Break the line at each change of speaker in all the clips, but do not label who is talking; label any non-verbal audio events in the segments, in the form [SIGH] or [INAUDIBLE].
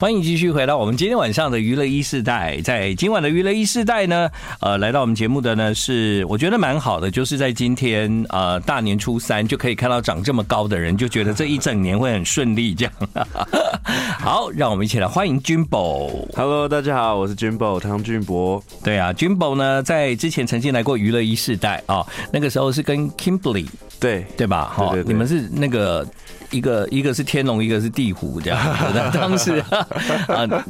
欢迎继续回到我们今天晚上的娱乐一世代。在今晚的娱乐一世代呢，呃，来到我们节目的呢是我觉得蛮好的，就是在今天呃大年初三就可以看到长这么高的人，就觉得这一整年会很顺利这样。 [LAUGHS] 好，让我们一起来欢迎君宝。
Hello，大家好，我是 Jimbo 汤俊博。
对啊，君宝呢在之前曾经来过娱乐一世代啊、哦，那个时候是跟 Kimberly
对，
对吧？哈
对对对
你们是那个一个一个是天龙，一个是地虎
[LAUGHS]
这样子。那当时啊，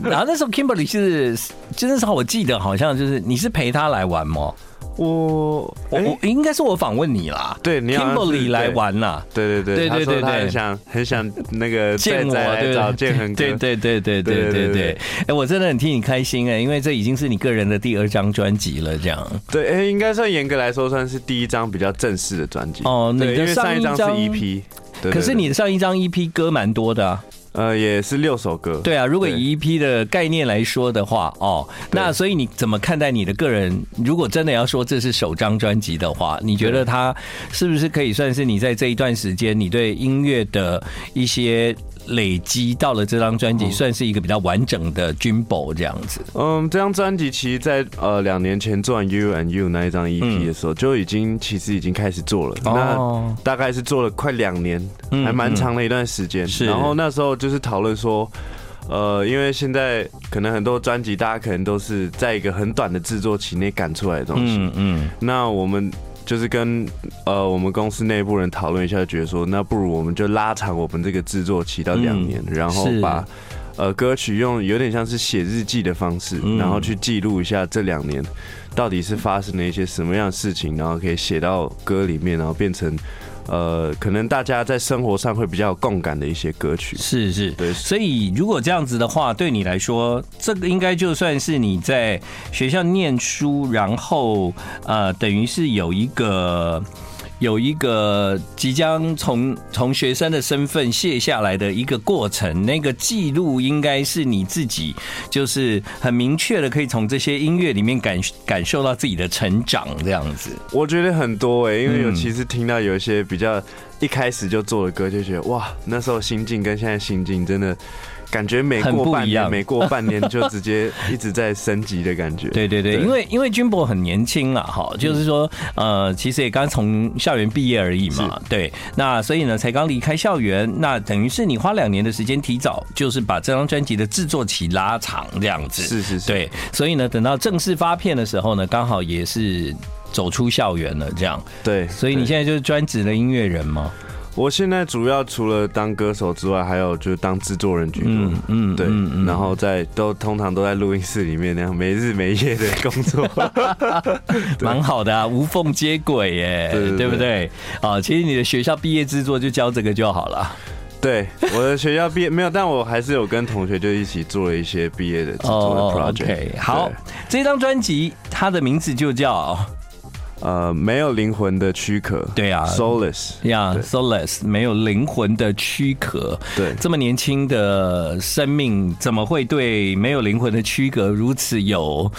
然后那时候 Kimberly 是，就那时候我记得好像就是你是陪他来玩吗？
我
我
哎
我应该是我访问你啦，
对你好像是
Kimberly 来玩啦。
对对
对对
对，他
对
说他
对
很想很想那
[LAUGHS]
个
见
再
我
再来
对
找建恒哥，
对对对对对
对
对
对
对
对，
哎，我真的很替你开心哎、因为这已经是你个人的第二张专辑了，这样。
对，哎，应该算严格来说算是第一张比较正式的专辑
哦你的
对，因为
上
上
一
一张是
张
EP，对对
可是
对
你上一张 EP 歌蛮多的啊，
呃也是六首歌，
对啊，如果
对
以 EP 的概念来说的话，哦，那所以你怎么看待你的个人？如果真的要说这是首张专辑的话，你觉得它是不是可以算是你在这一段时间你对音乐的一些累积到了这张专辑，算是一个比较完整的 j u m b o 这样子？
嗯，这张专辑其实在呃两年前做完《You and You》那一张 EP 的时候，就已经其实已经开始做了。
嗯哦
那大概是做了快两年，
嗯
还蛮长的一段时间。
是
然后那时候就是讨论说。呃，因为现在可能很多专辑，大家可能都是在一个很短的制作期内赶出来的东西。
嗯嗯，
那我们就是跟呃我们公司内部人讨论一下，觉得说，那不如我们就拉长我们这个制作期到两年，然后
是
把呃歌曲用有点像是写日记的方式，
嗯
然后去记录一下这两年到底是发生了一些什么样的事情，然后可以写到歌里面，然后变成呃可能大家在生活上会比较有共感的一些歌曲。
是是，
对
所以如果这样子的话，对你来说，这个应该就算是你在学校念书，然后呃，等于是有一个。有一个即将从从学生的身份卸下来的一个过程，那个记录应该是你自己，就是很明确的可以从这些音乐里面感感受到自己的成长，这样子。
我觉得很多哎、因
嗯
为尤其是听到有一些比较一开始就做的歌，就觉得哇，那时候心境跟现在心境真的感觉每
很不
过半
一样
年，每过半年就直接一直在升级的感觉。
[LAUGHS] 对对对，因为因为君博很年轻啊，哈，
嗯
就是说呃，其实也刚从校园毕业而已嘛，对，那所以呢，才刚离开校园，那等于是你花两年的时间，提早就是把这张专辑的制作期拉长这样子，
是是是
对，所以呢，等到正式发片的时候呢，刚好也是走出校园了，这样，
对，
所以你
对
现在就是专职的音乐人吗？
我现在主要除了当歌手之外，还有就是当制作人居多。
嗯嗯
对
嗯，
然后在都通常都在录音室里面那样没日没夜的工
[LAUGHS]
作。
蛮好的啊，无缝接轨耶，
对对对
不对？啊，其实你的学校毕业制作就教这个就好了。
对，我的学校毕业没有，但我还是有跟同学就一起做了一些毕业的制作的
哦
project。
OK，好
对，
这张专辑它的名字就叫
呃，没有灵魂的躯壳，
对啊
，soulless，
呀
对
Soulless，没有灵魂的躯壳。
对
这么年轻的生命，怎么会对没有灵魂的躯壳如此有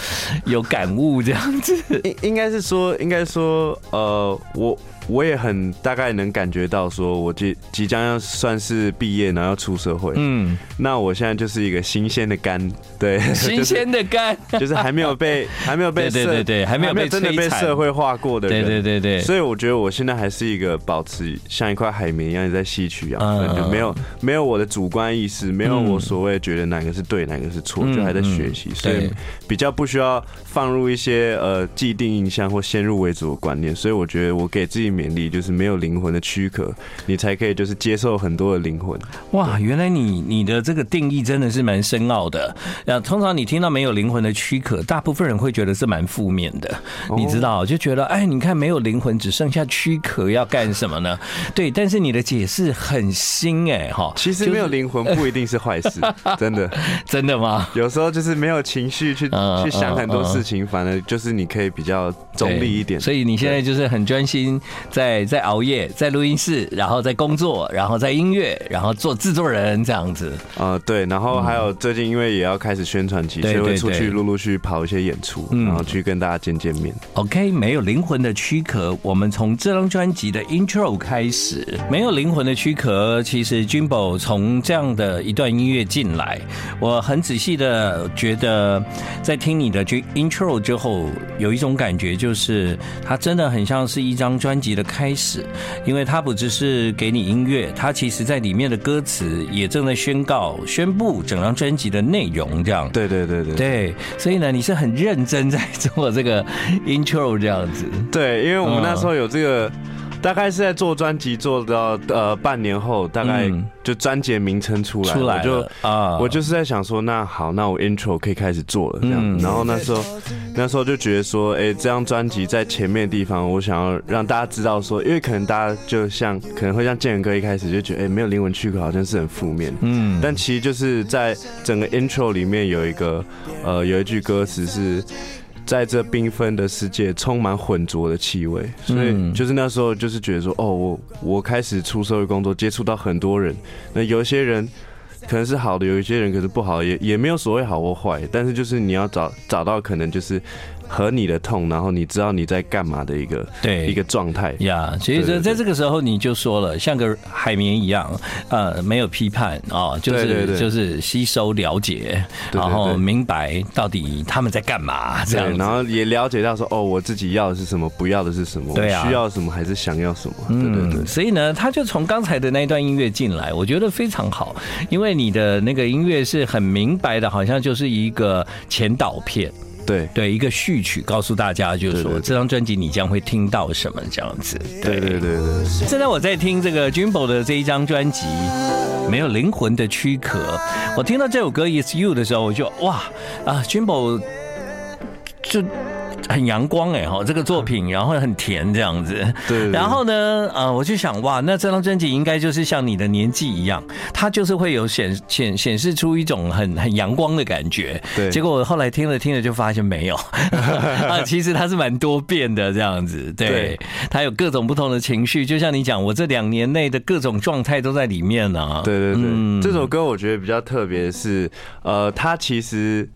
有感悟？这样
[LAUGHS]
子，
应应该是说，应该说，呃，我我也很大概能感觉到，说我即即将要算是毕业，然后要出社会，
嗯，
那我现在就是一个新鲜的肝，对，
新鲜的肝，
就是，就是还没有被还没有
对
被
对
社
对对还没有被
真的被
摧残
社会化过的
对
人，
对对对，
所以我觉得我现在还是一个保持像一块海绵一样在吸取养分，
嗯
就没有没有我的主观意识，没有我所谓觉得哪个是对，哪个是错，
嗯
就还在学习，
嗯
所以
对
比较不需要放入一些呃既定印象或先入为主的观念。所以我觉得我给自己勉励，就是没有灵魂的躯壳，你才可以就是接受很多的灵魂。
哇，原来你你的这个定义真的是蛮深奥的。呃，通常你听到没有灵魂的躯壳，大部分人会觉得是蛮负面的，
哦
你知道，就觉得哎，你看没有灵魂，只剩下躯壳，要干什么呢？对，但是你的解释很新哎、哈，
其实没有灵魂不一定是坏
[LAUGHS]
事，真的。
真的吗？
[LAUGHS] 有时候就是没有情绪去
嗯
去想很多
嗯嗯
事情，反而就是你可以比较中立一点
对。所以你现在就是很专心在在熬夜，在录音室，然后在工作，然后在音乐，然后做制作人这样子。
啊、对，然后还有最近因为也要开始宣传期，
嗯对
所以会
对
出
对嗯
去陆陆续续跑一些演出，然后去跟大家见见面。
OK，没有灵魂的躯壳，我们从这张专辑的 Intro 开始。没有灵魂的躯壳，其实 Jimbo 从这样的一段音乐进来，我很仔细的觉得，在听你的这 Intro 之后，有一种感觉，就是它真的很像是一张专辑的开始，因为它不只是给你音乐，它其实在里面的歌词也正在宣告、宣布整张专辑的内容，这样。
对对对对
对，所以呢，你是很认真在做这个 intro 这样子。
对，因为我们
嗯
那时候有这个，大概是在做专辑做到呃半年后，大概
嗯
就专辑的名称出来，
出来
我就
了啊
我就是在想说，那好，那我 intro 可以开始做了这样。
嗯
然后那时候那时候就觉得说，哎、这张专辑在前面的地方，我想要让大家知道说，因为可能大家就像可能会像建仁哥一开始就觉得，哎、没有灵魂躯壳好像是很负面，
嗯，
但其实就是在整个 intro 里面有一个呃有一句歌词是。在这缤纷的世界，充满混浊的气味，所以
嗯
就是那时候就是觉得说，哦，我我开始出社会工作，接触到很多人，那有一些人可能是好的，有一些人可是不好，也也没有所谓好或坏，但是就是你要找找到可能就是合你的痛，然后你知道你在干嘛的一个
对
一个状态，
呀其实
对对
在
对
在这个时候你就说了，像个海绵一样，呃，没有批判啊、哦就是
对对对
就是吸收了解，
对对
然后
对
明白到底他们在干嘛这样
对，
子。
然后也了解到说，哦，我自己要的是什么，不要的是什么，
对啊
我需要什么还是想要什么，对对
嗯
对，
所以呢，他就从刚才的那一段音乐进来，我觉得非常好，因为你的那个音乐是很明白的，好像就是一个前导片。
对。
对一个序曲，告诉大家就是
对
说
对对
这张专辑你将会听到什么这样子。
对对对对对，
现在我在听这个 Jimbo 的这一张专辑《没有灵魂的躯壳》，我听到这首歌《It's You》的时候，我就哇啊，Jimbo 就。很阳光哎哈，这个作品，然后很甜这样子。
对对对
然后呢，呃，我就想哇，那这张专辑应该就是像你的年纪一样，它就是会有显显显示出一种很很阳光的感觉。
对
结果我后来听了听了就发现没有， [LAUGHS] 啊，其实它是蛮多变的这样子。对
对，
[LAUGHS] 它有各种不同的情绪，就像你讲，我这两年内的各种状态都在里面呢、啊。
对对对，
嗯
这首歌我觉得比较特别的是，呃，它其实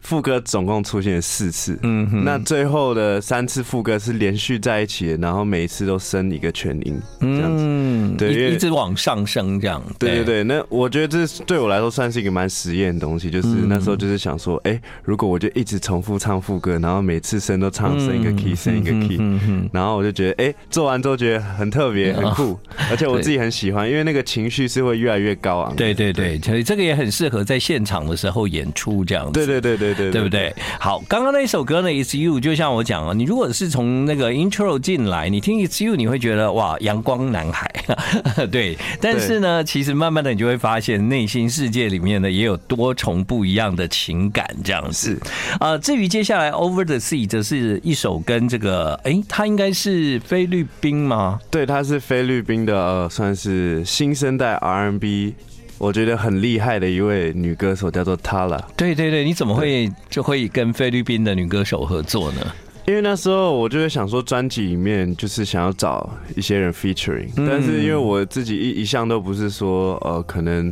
副歌总共出现了四次，
嗯哼
那最后的三次副歌是连续在一起的，然后每一次都升一个全音，这样子。
嗯，
对因为
一一直往上升这样。
对对对，那我觉得这是对我来说算是一个蛮实验的东西，就是
嗯
那时候就是想说，哎、如果我就一直重复唱副歌，然后每次升都唱升一个 key，升一个 key，
嗯哦哼
然后我就觉得，哎、做完之后觉得很特别、很酷， [LAUGHS] 而且我自己很喜欢，因为那个情绪是会越来越高昂。
对对对，所以这个也很适合在现场的时候演出这样子。
对对对对对，
对不？对？好，刚刚那一首歌呢，It's You，就像我讲啊，你如果是从那个 intro 进来，你听 It's You，你会觉得哇，阳光男孩， [LAUGHS] 对。但是呢，其实慢慢的你就会发现，内心世界里面呢也有多重不一样的情感这样子。啊，至于接下来 Over the Sea，则是一首跟这个，诶，它应该是菲律宾吗？
对，他是菲律宾的，呃，算是新生代 R&B，我觉得很厉害的一位女歌手，叫做 Tala。
对对对，你怎么会就会跟菲律宾的女歌手合作呢？
因为那时候我就会想说，专辑里面就是想要找一些人 featuring，、但是因为我自己一一向都不是说呃可能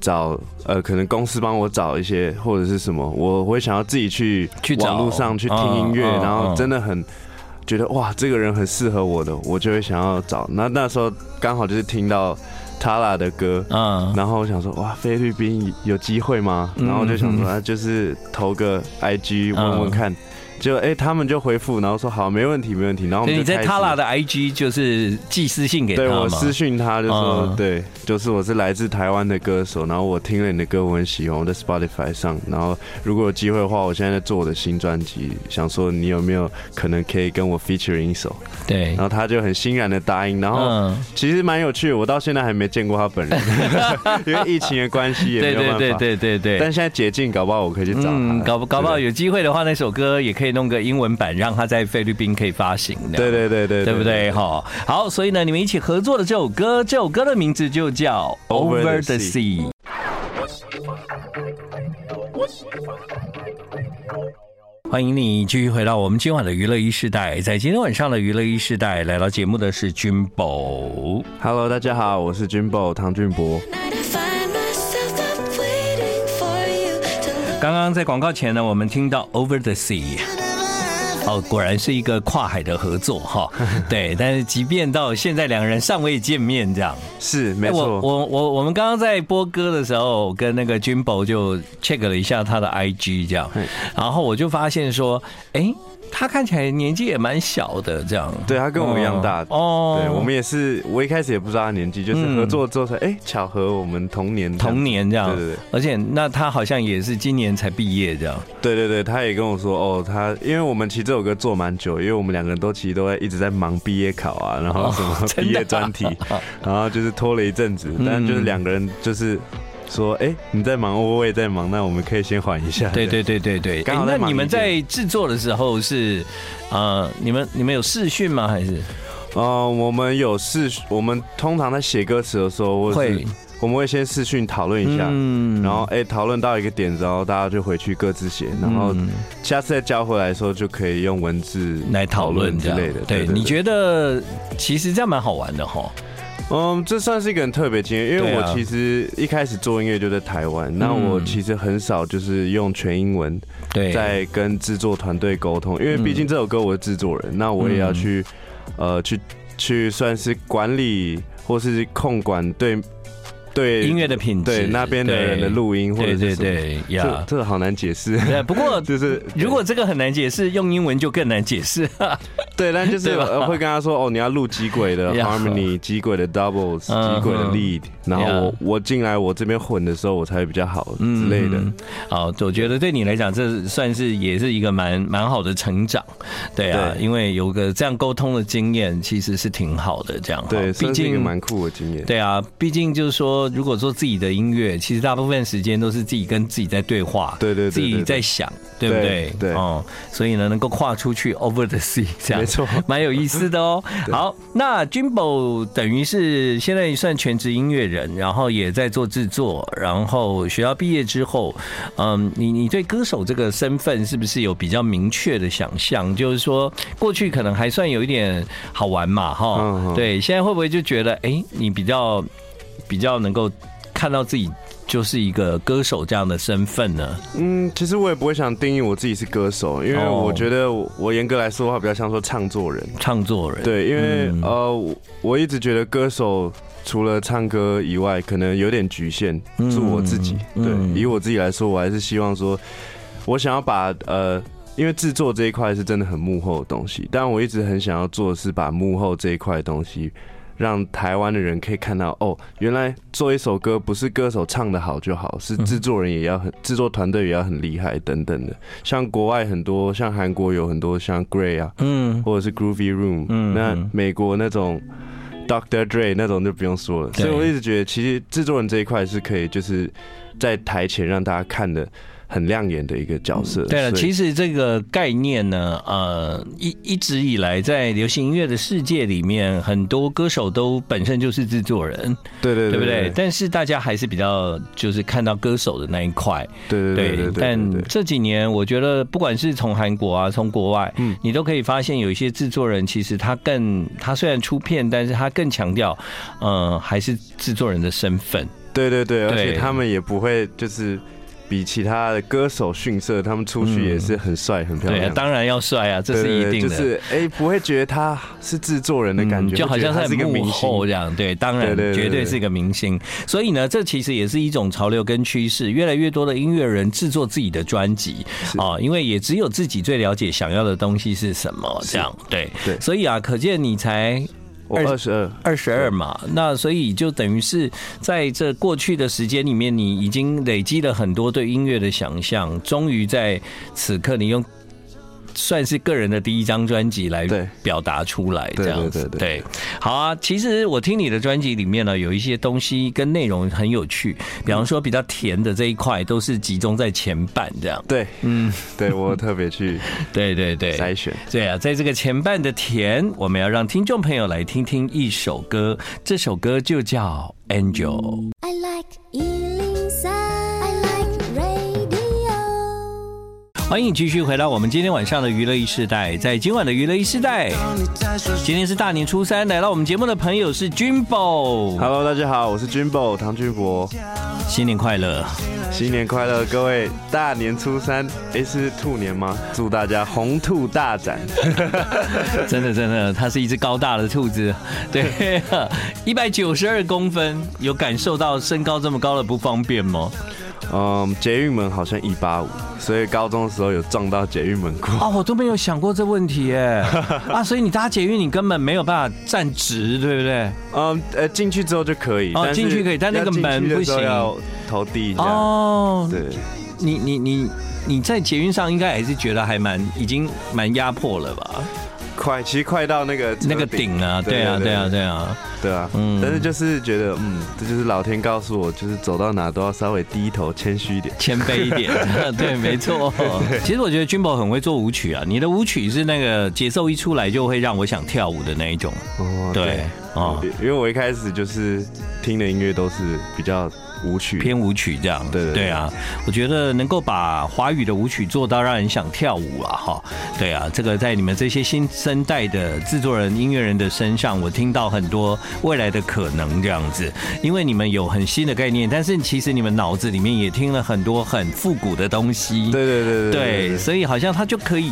找呃可能公司帮我找一些或者是什么，我我会想要自己去
去找
网络上去听音乐，
嗯嗯
然后
嗯
真的很。觉得哇，这个人很适合我的，我就会想要找。那那时候刚好就是听到 Tala 的歌，
嗯，
然后我想说，哇，菲律宾有机会吗？然后我就想
嗯
说，啊就是投个 IG 问问看。就哎、他们就回复，然后说好，没问题，没问题。然后我
所
们
以
就
你在
开始
Tala 的 IG 就是寄私信给他
对
吗？
我私讯他就说，
嗯
对，就是我是来自台湾的歌手，然后我听了你的歌，我很喜欢，我在 Spotify 上。然后如果有机会的话，我现在在做我的新专辑，想说你有没有可能可以跟我 featuring 一首？
对
然，后他就很欣然的答应，然后。
嗯，
其实蛮有趣的，我到现在还没见过他
[LAUGHS]
本人，因为疫情的关系也
对
没有办
对
法。
对对对对。
但现在解禁，搞不好我可以去找他。
嗯，搞不搞不好
对
有机会的话，那首歌也可以弄个英文版，让他在菲律宾可以发行的，
对对对对，
对不？对？哈，好，所以呢，你们一起合作的这首歌，这首歌的名字就叫《
Over the
Over the Sea》。欢迎你继续回到我们今晚的娱乐一世代。在今天晚上的娱乐一世代，来到节目的是君宝。
Hello，大家好，我是君宝唐俊博。
Night I find myself up waiting for you to look
刚刚在广告前呢，我们听到 Over the Sea。哦，果然是一个跨海的合作
[LAUGHS]
哈，对。但是即便到现在，两人尚未见面，这样。哎
是，没
我
错，
我我我们刚刚在播歌的时候，我跟那个君博就 check 了一下他的 IG 这样，然后我就发现说，哎、他看起来年纪也蛮小的这样。
对他跟我一样大。
哦嗯
对，我们也是，我一开始也不知道他年纪，就是合作之后才，哎、巧合我们同年，
同，年这样。
对对对
而且那他好像也是今年才毕业这样。
对对对，他也跟我说，哦，他因为我们其实这首歌做蛮久，因为我们两个人都其实都在一直在忙毕业考啊，然后什么
[LAUGHS] 真的啊嗯
毕业专题，然后就是拖了一阵子，但就是两个人就是说，哎、你在忙，我也在忙，那我们可以先缓一下。
[LAUGHS] 对对对对对。
刚好在
诶那
忙
你们
一件
在制作的时候是，呃，你们你们有试训吗？还是
呃，我们有试，我们通常在写歌词的时候，或
会
是我们会先试训讨论一下，
嗯
然后哎讨论到一个点子，然后大家就回去各自写，然后
嗯
下次再交回来的时候就可以用文字
来讨论这
嗯之
样
类的。
对，你觉得其实这样蛮好玩的哈。
嗯，这算是一个很特别经验，因
对
为
啊嗯
我其实一开始做音乐就在台湾，那我其实很少就是用全英文
对，
在跟制作团队沟通，因为毕竟这首歌我是制作
嗯
人，那我也要去呃去去算是管理或是控管对对
音乐的品质，
对那边的人的录音或
对
者
对
是什么
对
这
呀。
这好难解释，
对，不过
[LAUGHS] 就是
[LAUGHS] 如果这个很难解释，用英文就更难解
[LAUGHS]
释。
对，但就是
对吧
呃会跟他说哦，你要录几
[LAUGHS]
轨的
Yeah
harmony，几轨的 doubles，
嗯
几轨的
嗯
lead，然后
Yeah
我我进来我这边混的时候我才会比较好之类的。
嗯好，我觉得对你来讲，这算是也是一个蛮蛮好的成长，对啊，
对
因为有个这样沟通的经验，其实是挺好的。这样，
对，
毕
算是一个
竟
蛮酷的经验。
对啊，毕竟就是说，如果做自己的音乐，其实大部分时间都是自己跟自己在对话，
对对对
自己
对对
在想，对不对
对？对
哦，所以呢，能够跨出去 over the sea，这样
没错
蛮有意思的哦。好，那 Jimbo 等于是现在算全职音乐人，然后也在做制作，然后学校毕业之后，嗯，你你对歌手这个身份是不是有比较明确的想象？就是说，过去可能还算有一点好玩嘛，哈、
嗯嗯
对，现在会不会就觉得，哎、你比较比较能够看到自己就是一个歌手这样的身份呢？
嗯，其实我也不会想定义我自己是歌手，因为
哦
我觉得我我严格来说的话，比较像说唱作人。
唱作人，
对，因为、呃，我我一直觉得歌手除了唱歌以外，可能有点局限，是我自己。
嗯
对，以我自己来说，我还是希望说，我想要把呃，因为制作这一块是真的很幕后的东西，但我一直很想要做的是把幕后这一块的东西。让台湾的人可以看到，哦，原来做一首歌不是歌手唱的好就好，是制作人也要很，制作团队也要很厉害等等的。像国外很多，像韩国有很多像 Gray 啊，
嗯，
或者是 Groovy Room，、
嗯
那
嗯
美国那种 Doctor Dre 那种就不用说了。
对
所以我一直觉得，其实制作人这一块是可以，就是在台前让大家看的很亮眼的一个角色。
嗯对了，
所以
其实这个概念呢，呃，一一直以来在流行音乐的世界里面，很多歌手都本身就是制作人，
对对
对不对？
对
但是大家还是比较就是看到歌手的那一块，
对对对对
但
对
这几年我觉得，不管是从韩国啊，从国外，
嗯
你都可以发现有一些制作人，其实他更他虽然出片，但是他更强调，呃，还是制作人的身份。
对对对，而
对
且他们也不会就是。比其他的歌手逊色，他们出去也是很帅、很漂
对啊
亮，。
当然要帅啊，这
对
是
对
一
对
定的。嗯
就是哎、不会觉得他是制作人的感觉，
就好像
会觉得他
在
是一个
幕
明
后
星。
这样，对，当然
对对对对
绝对是一个明星。所以呢，这其实也是一种潮流跟趋势，越来越多的音乐人制作自己的专辑啊，因为也只有自己最了解想要的东西是什么，这样对。
对
所以啊，可见你才
我二十二，
二十二嘛，那所以就等于是在这过去的时间里面，你已经累积了很多对音乐的想象，终于在此刻你用。算是个人的第一张专辑来
对
表达出来，这样子
对对对
对，好啊。其实我听你的专辑里面呢，有一些东西跟内容很有趣，比方说比较甜的这一块都是集中在前半这样。
对，嗯，对我特别去
对对对，
筛选。
对啊，在这个前半的甜，我们要让听众朋友来听听一首歌，这首歌就叫《Angel》。
I like Ealing Sound. I like radio.
欢迎继续回到我们今天晚上的娱乐一世代，在今晚的娱乐一世代，
当你在说
今天是大年初三，来到我们节目的朋友是 Jumbo，
Hello，大家好，我是 Jimbo 唐俊博，
新年快
[LAUGHS]
乐！
新年快乐，各位！大年初三，诶，是兔年吗？祝大家红兔大展！ [LAUGHS]
真的真的，它是一只高大的兔子，
[LAUGHS]
对，一百九十二公分，有感受到身高这么高的不方便吗？
嗯，捷运门好像一八五，所以高中的时候有撞到捷运门过。 [LAUGHS]
哦，我都没有想过这问 [LAUGHS] 题哎，啊，所以你搭捷运你根本没有办法站直，对不对？
嗯，呃，进去之后就可以。
哦
但是
进去可以但那个门不行
要进去的时候要投递一下。
哦，
对，
你你你你在捷运上应该还是觉得还蛮已经蛮压迫了吧？
快，其实快到那个车
那个顶啊，对啊，对啊，对啊，
对啊，
嗯
但是就是觉得，嗯，这就是老天告诉我，就是走到哪都要稍微低头谦虚一点。
谦卑一 [LAUGHS] 点，对，没错。其实我觉得君宝很会做舞曲啊，你的舞曲是那个节奏一出来就会让我想跳舞的那一种，
哦
对，哦，
因为我一开始就是听的音乐都是比较舞曲，
偏舞曲这样，
对对对
对啊，我觉得能够把华语的舞曲做到让人想跳舞啊，哈，对啊，这个在你们这些新生代的制作人、音乐人的身上，我听到很多未来的可能这样子，因为你们有很新的概念，但是其实你们脑子里面也听了很多很复古的东西，
对对对对
对，所以好像它就可以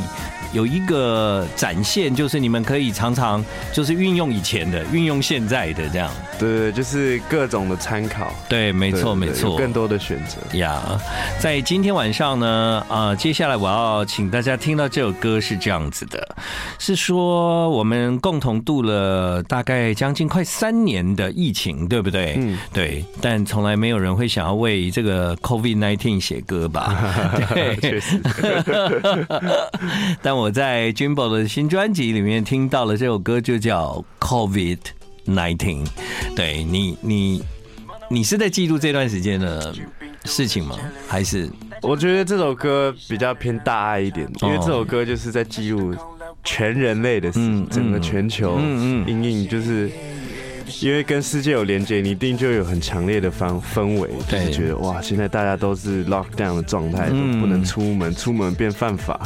有一个展现，就是你们可以常常就是运用以前的，运用现在的这样。
对对，就是各种的参考。
对，没
对
错，
对
没
对
错。
有更多的选择。
呀在今天晚上呢，呃，接下来我要请大家听到这首歌是这样子的，是说我们共同度了大概将近快三年的疫情，对不对？嗯，对。但从来没有人会想要为这个 COVID 1 9写歌
[LAUGHS]
吧？对
确。实，
[LAUGHS] 但我在 Jimbo 的新专辑里面听到了这首歌，就叫 COVID Nineteen。对你，你，你是在记录这段时间的事情吗？还是
我觉得这首歌比较偏大爱一点，因为
哦
这首歌就是在记录全人类的事，
嗯
整个
嗯
全球
嗯嗯
阴影，就是因为跟世界有连接，你一定就有很强烈的氛氛围，就
对
是觉得哇，现在大家都是 lockdown 的状态，都
嗯
不能出门，出门变犯法。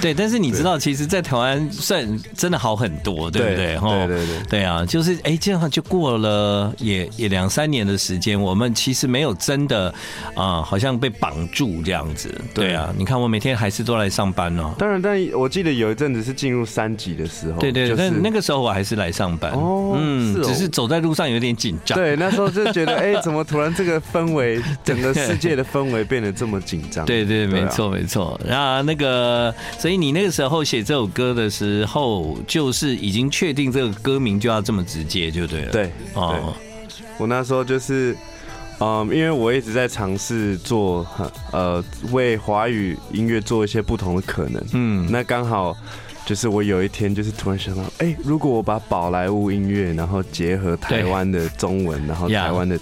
对？但是你知道，其实，在台湾算真的好很多，对不对？
对
吼
对对对
对啊，就是哎，这样就过了也也两三年的时间，我们其实没有真的啊、好像被绑住这样子。对啊，你看我每天还是都来上班哦。
当然，但我记得有一阵子是进入三级的时候，
对对，
就
但
是
那个时候我还是来上班，嗯
哦是哦
只是走在路上有点紧张。
对，那时候就
[LAUGHS]
觉得，哎、怎么突然这个氛围，整个世界的氛围变得这么紧张？
对对，
对啊
没错没错。那那个，所以你那个时候写这首歌的时候，就是已经确定这个歌名就要这么直接，就对了。
对，
哦，
我那时候就是，嗯，因为我一直在尝试做，呃，为华语音乐做一些不同的可能。
嗯，
那刚好就是我有一天就是突然想到，哎、如果我把宝莱坞音乐，然后结合台湾的中文，然后
Yeah
台湾的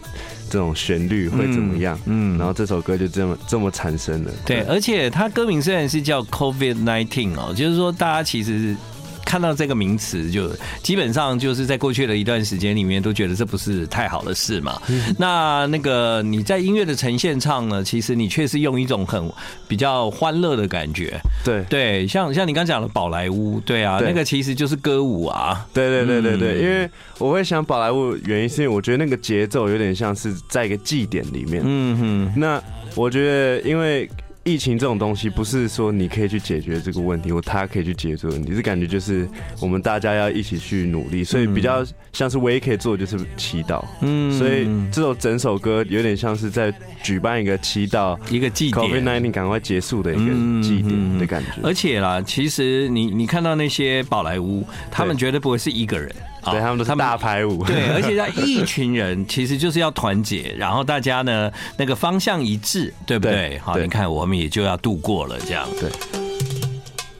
这种旋律会怎么样？
嗯嗯
然后这首歌就这么这么产生了。
对，而且它歌名虽然是叫 COVID nineteen 哦，就是说大家其实。看到这个名词，就基本上就是在过去的一段时间里面都觉得这不是太好的事嘛。
嗯
那那个你在音乐的呈现上呢，其实你却是用一种很比较欢乐的感觉，
对
对，像像你刚讲的宝莱坞，对啊，
对
那个其实就是歌舞啊，
对对对对
嗯
对，因为我会想宝莱坞，原因是因为我觉得那个节奏有点像是在一个祭典里面。
嗯哼，
那我觉得，因为疫情这种东西，不是说你可以去解决这个问题，或他可以去解决这个问题，是感觉就是我们大家要一起去努力，所以比较像是唯一可以做的就是祈祷。
嗯
所以这首整首歌有点像是在举办一个祈祷
一个祭典
，COVID 1 9赶快结束的一
嗯
个祭
嗯
典
嗯
的感觉。
而且啦，其实你你看到那些宝莱坞，他们绝对不会是一个人，啊
对，他们都是大排舞。
对，
[LAUGHS]
而且要一群人，其实就是要团结，然后大家呢那个方向一致，对不对？
对
好，
对
你看我们也就要度过了这样。
对，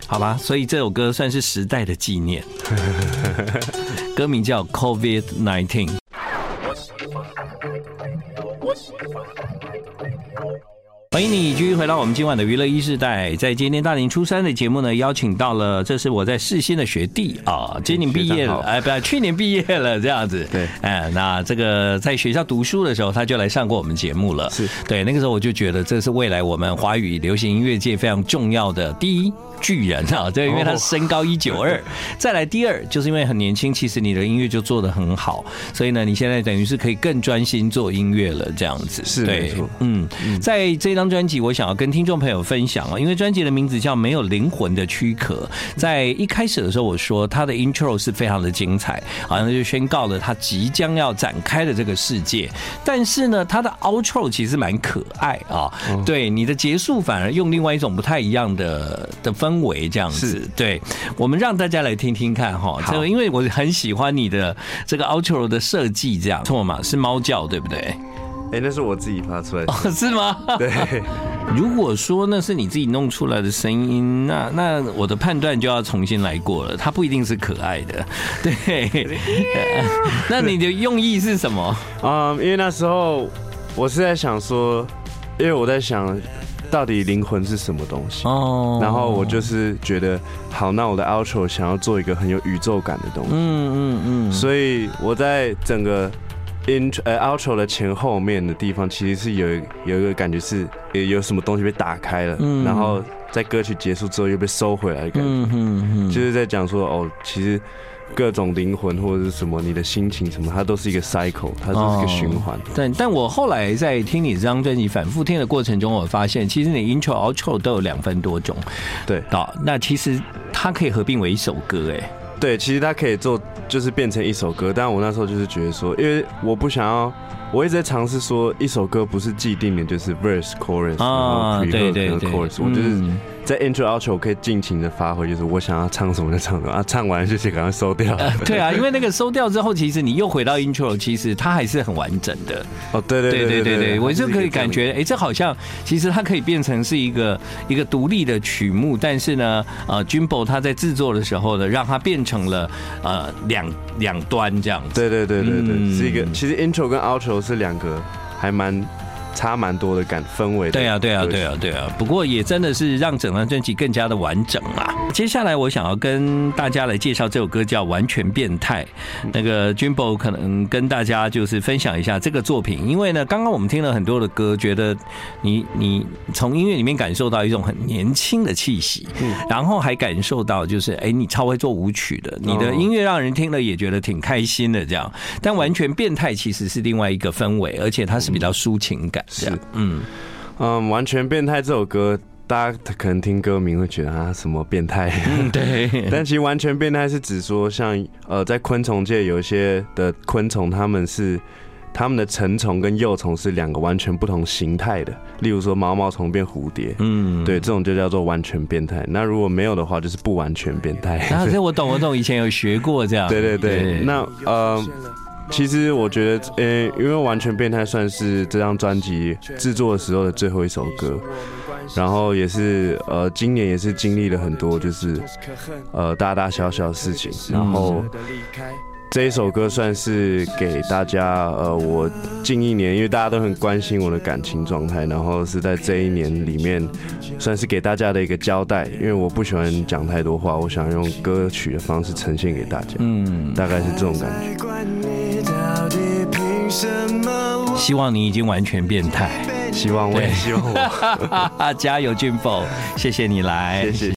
好吧，所以这首歌算是时代的纪
[LAUGHS]
念，歌名叫 COVID nineteen。欢迎你继续回到我们今晚的娱乐一世代。在今天大年初三的节目呢，邀请到了，这是我在世新的学弟啊，今年毕业
学长
了，
好
哎，不，去年毕业了这样子。
哦对
哎，那这个在学校读书的时候，他就来上过我们节目了。
是
对，那个时候我就觉得这是未来我们华语流行音乐界非常重要的第一巨人啊，对，因为他
哦
身高一九
[LAUGHS]
二，再来第二就是因为很年轻，其实你的音乐就做得很好，所以呢，你现在等于是可以更专心做音乐了，这样子。
是
对
没错
嗯，在这张专辑，我想要跟听众朋友分享啊，因为专辑的名字叫《没有灵魂的躯壳》。在一开始的时候，我说它的 intro 是非常的精彩，好像就宣告了它即将要展开的这个世界。但是呢，它的 outro 其实蛮可爱啊，
嗯
对你的结束反而用另外一种不太一样的的氛围这样子
是。
对，我们让大家来听听看哈，这个因为我很喜欢你的这个 outro 的设计，这样错吗？是猫叫对不对？ [LAUGHS]
哎、那是我自己发出来的。
是吗？
对，
如果说那是你自己弄出来的声音，那那我的判断就要重新来过了，它不一定是可爱的， [LAUGHS] 对。 [LAUGHS] 那你的用意是什么？
嗯，因为那时候我是在想说，因为我在想到底灵魂是什么东西，
哦
然后我就是觉得，好，那我的 outro 想要做一个很有宇宙感的东西，
嗯嗯嗯，
所以我在整个 intro 呃 outro 的前后面的地方，其实是有一有一个感觉是呃有什么东西被打开了，
嗯
然后在歌曲结束之后又被收回来的感觉，
嗯嗯嗯，
就是在讲说哦，其实。各种灵魂或者是什么，你的心情什么，它都是一个 cycle，它都是一个循环。
哦但但我后来在听你这张专辑反复听的过程中，我发现其实你 intro、outro 都有两分多钟，
对
好，那其实它可以合并为一首歌，哎，
对，其实它可以做，就是变成一首歌。但我那时候就是觉得说，因为我不想要，我一直在尝试说，一首歌不是既定的，就是 verse、chorus，、然后
啊
p r e
对
v e
对
跟
对，
chorus。我就是 [LAUGHS]
嗯
在 intro、outro 可以尽情的发挥，就是我想要唱什么就唱什么啊，唱完就先赶快收掉。
对啊，因为那个收掉之后，其实你又回到 intro，其实它还是很完整的。
哦，对
[LAUGHS]
对
对对
对对
对
对 [LAUGHS]
对，我
它是
就
一个
可
这
以
样
感
的
觉，哎，这好像其实它可以变成是一个一个独立的曲目，但是呢，呃，Jumbo 他在制作的时候呢，让它变成了呃两两端这样子。
对对对对对，
嗯
是一个。其实 intro 跟 outro 是两个还蛮差蛮多的感氛围的。
对啊，对啊，对啊，对啊。不过也真的是让整张专辑更加的完整啦。接下来我想要跟大家来介绍这首歌叫《完全变态》，那个 Jumbo 可能跟大家就是分享一下这个作品，因为呢，刚刚我们听了很多的歌，觉得你你从音乐里面感受到一种很年轻的气息，嗯然后还感受到就是哎，你超会做舞曲的，你的
哦
音乐让人听了也觉得挺开心的这样。但完全变态其实是另外一个氛围，而且它是比较抒情感这样
是，
嗯。
嗯，完全变态这首歌，大家可能听歌名会觉得啊什么变态， [LAUGHS]
嗯， [LAUGHS] 对，
但其实完全变态是指说像呃在昆虫界有一些的昆虫，它们是。它们的成虫跟幼虫是两个完全不同形态的，例如说毛毛虫变蝴蝶，
嗯，
对，这种就叫做完全变态。那如果没有的话，就是不完全变态。
然后啊这我懂，我懂，以前有学过这样。
[LAUGHS] 对对对，那呃，其实我觉得，呃、因为《完全变态》算是这张专辑制作的时候的最后一首歌，然后也是呃，今年也是经历了很多就是呃大大小小的事情，然后这一首歌算是给大家呃，我近一年因为大家都很关心我的感情状态，然后是在这一年里面算是给大家的一个交代，因为我不喜欢讲太多话，我想用歌曲的方式呈现给大家，
嗯，
大概是这种感觉。
才管你到底凭什么我
希望你已经完全变态， [LAUGHS]
希望我也希望我，
哈哈，加油，俊宝，谢谢你来，
谢谢。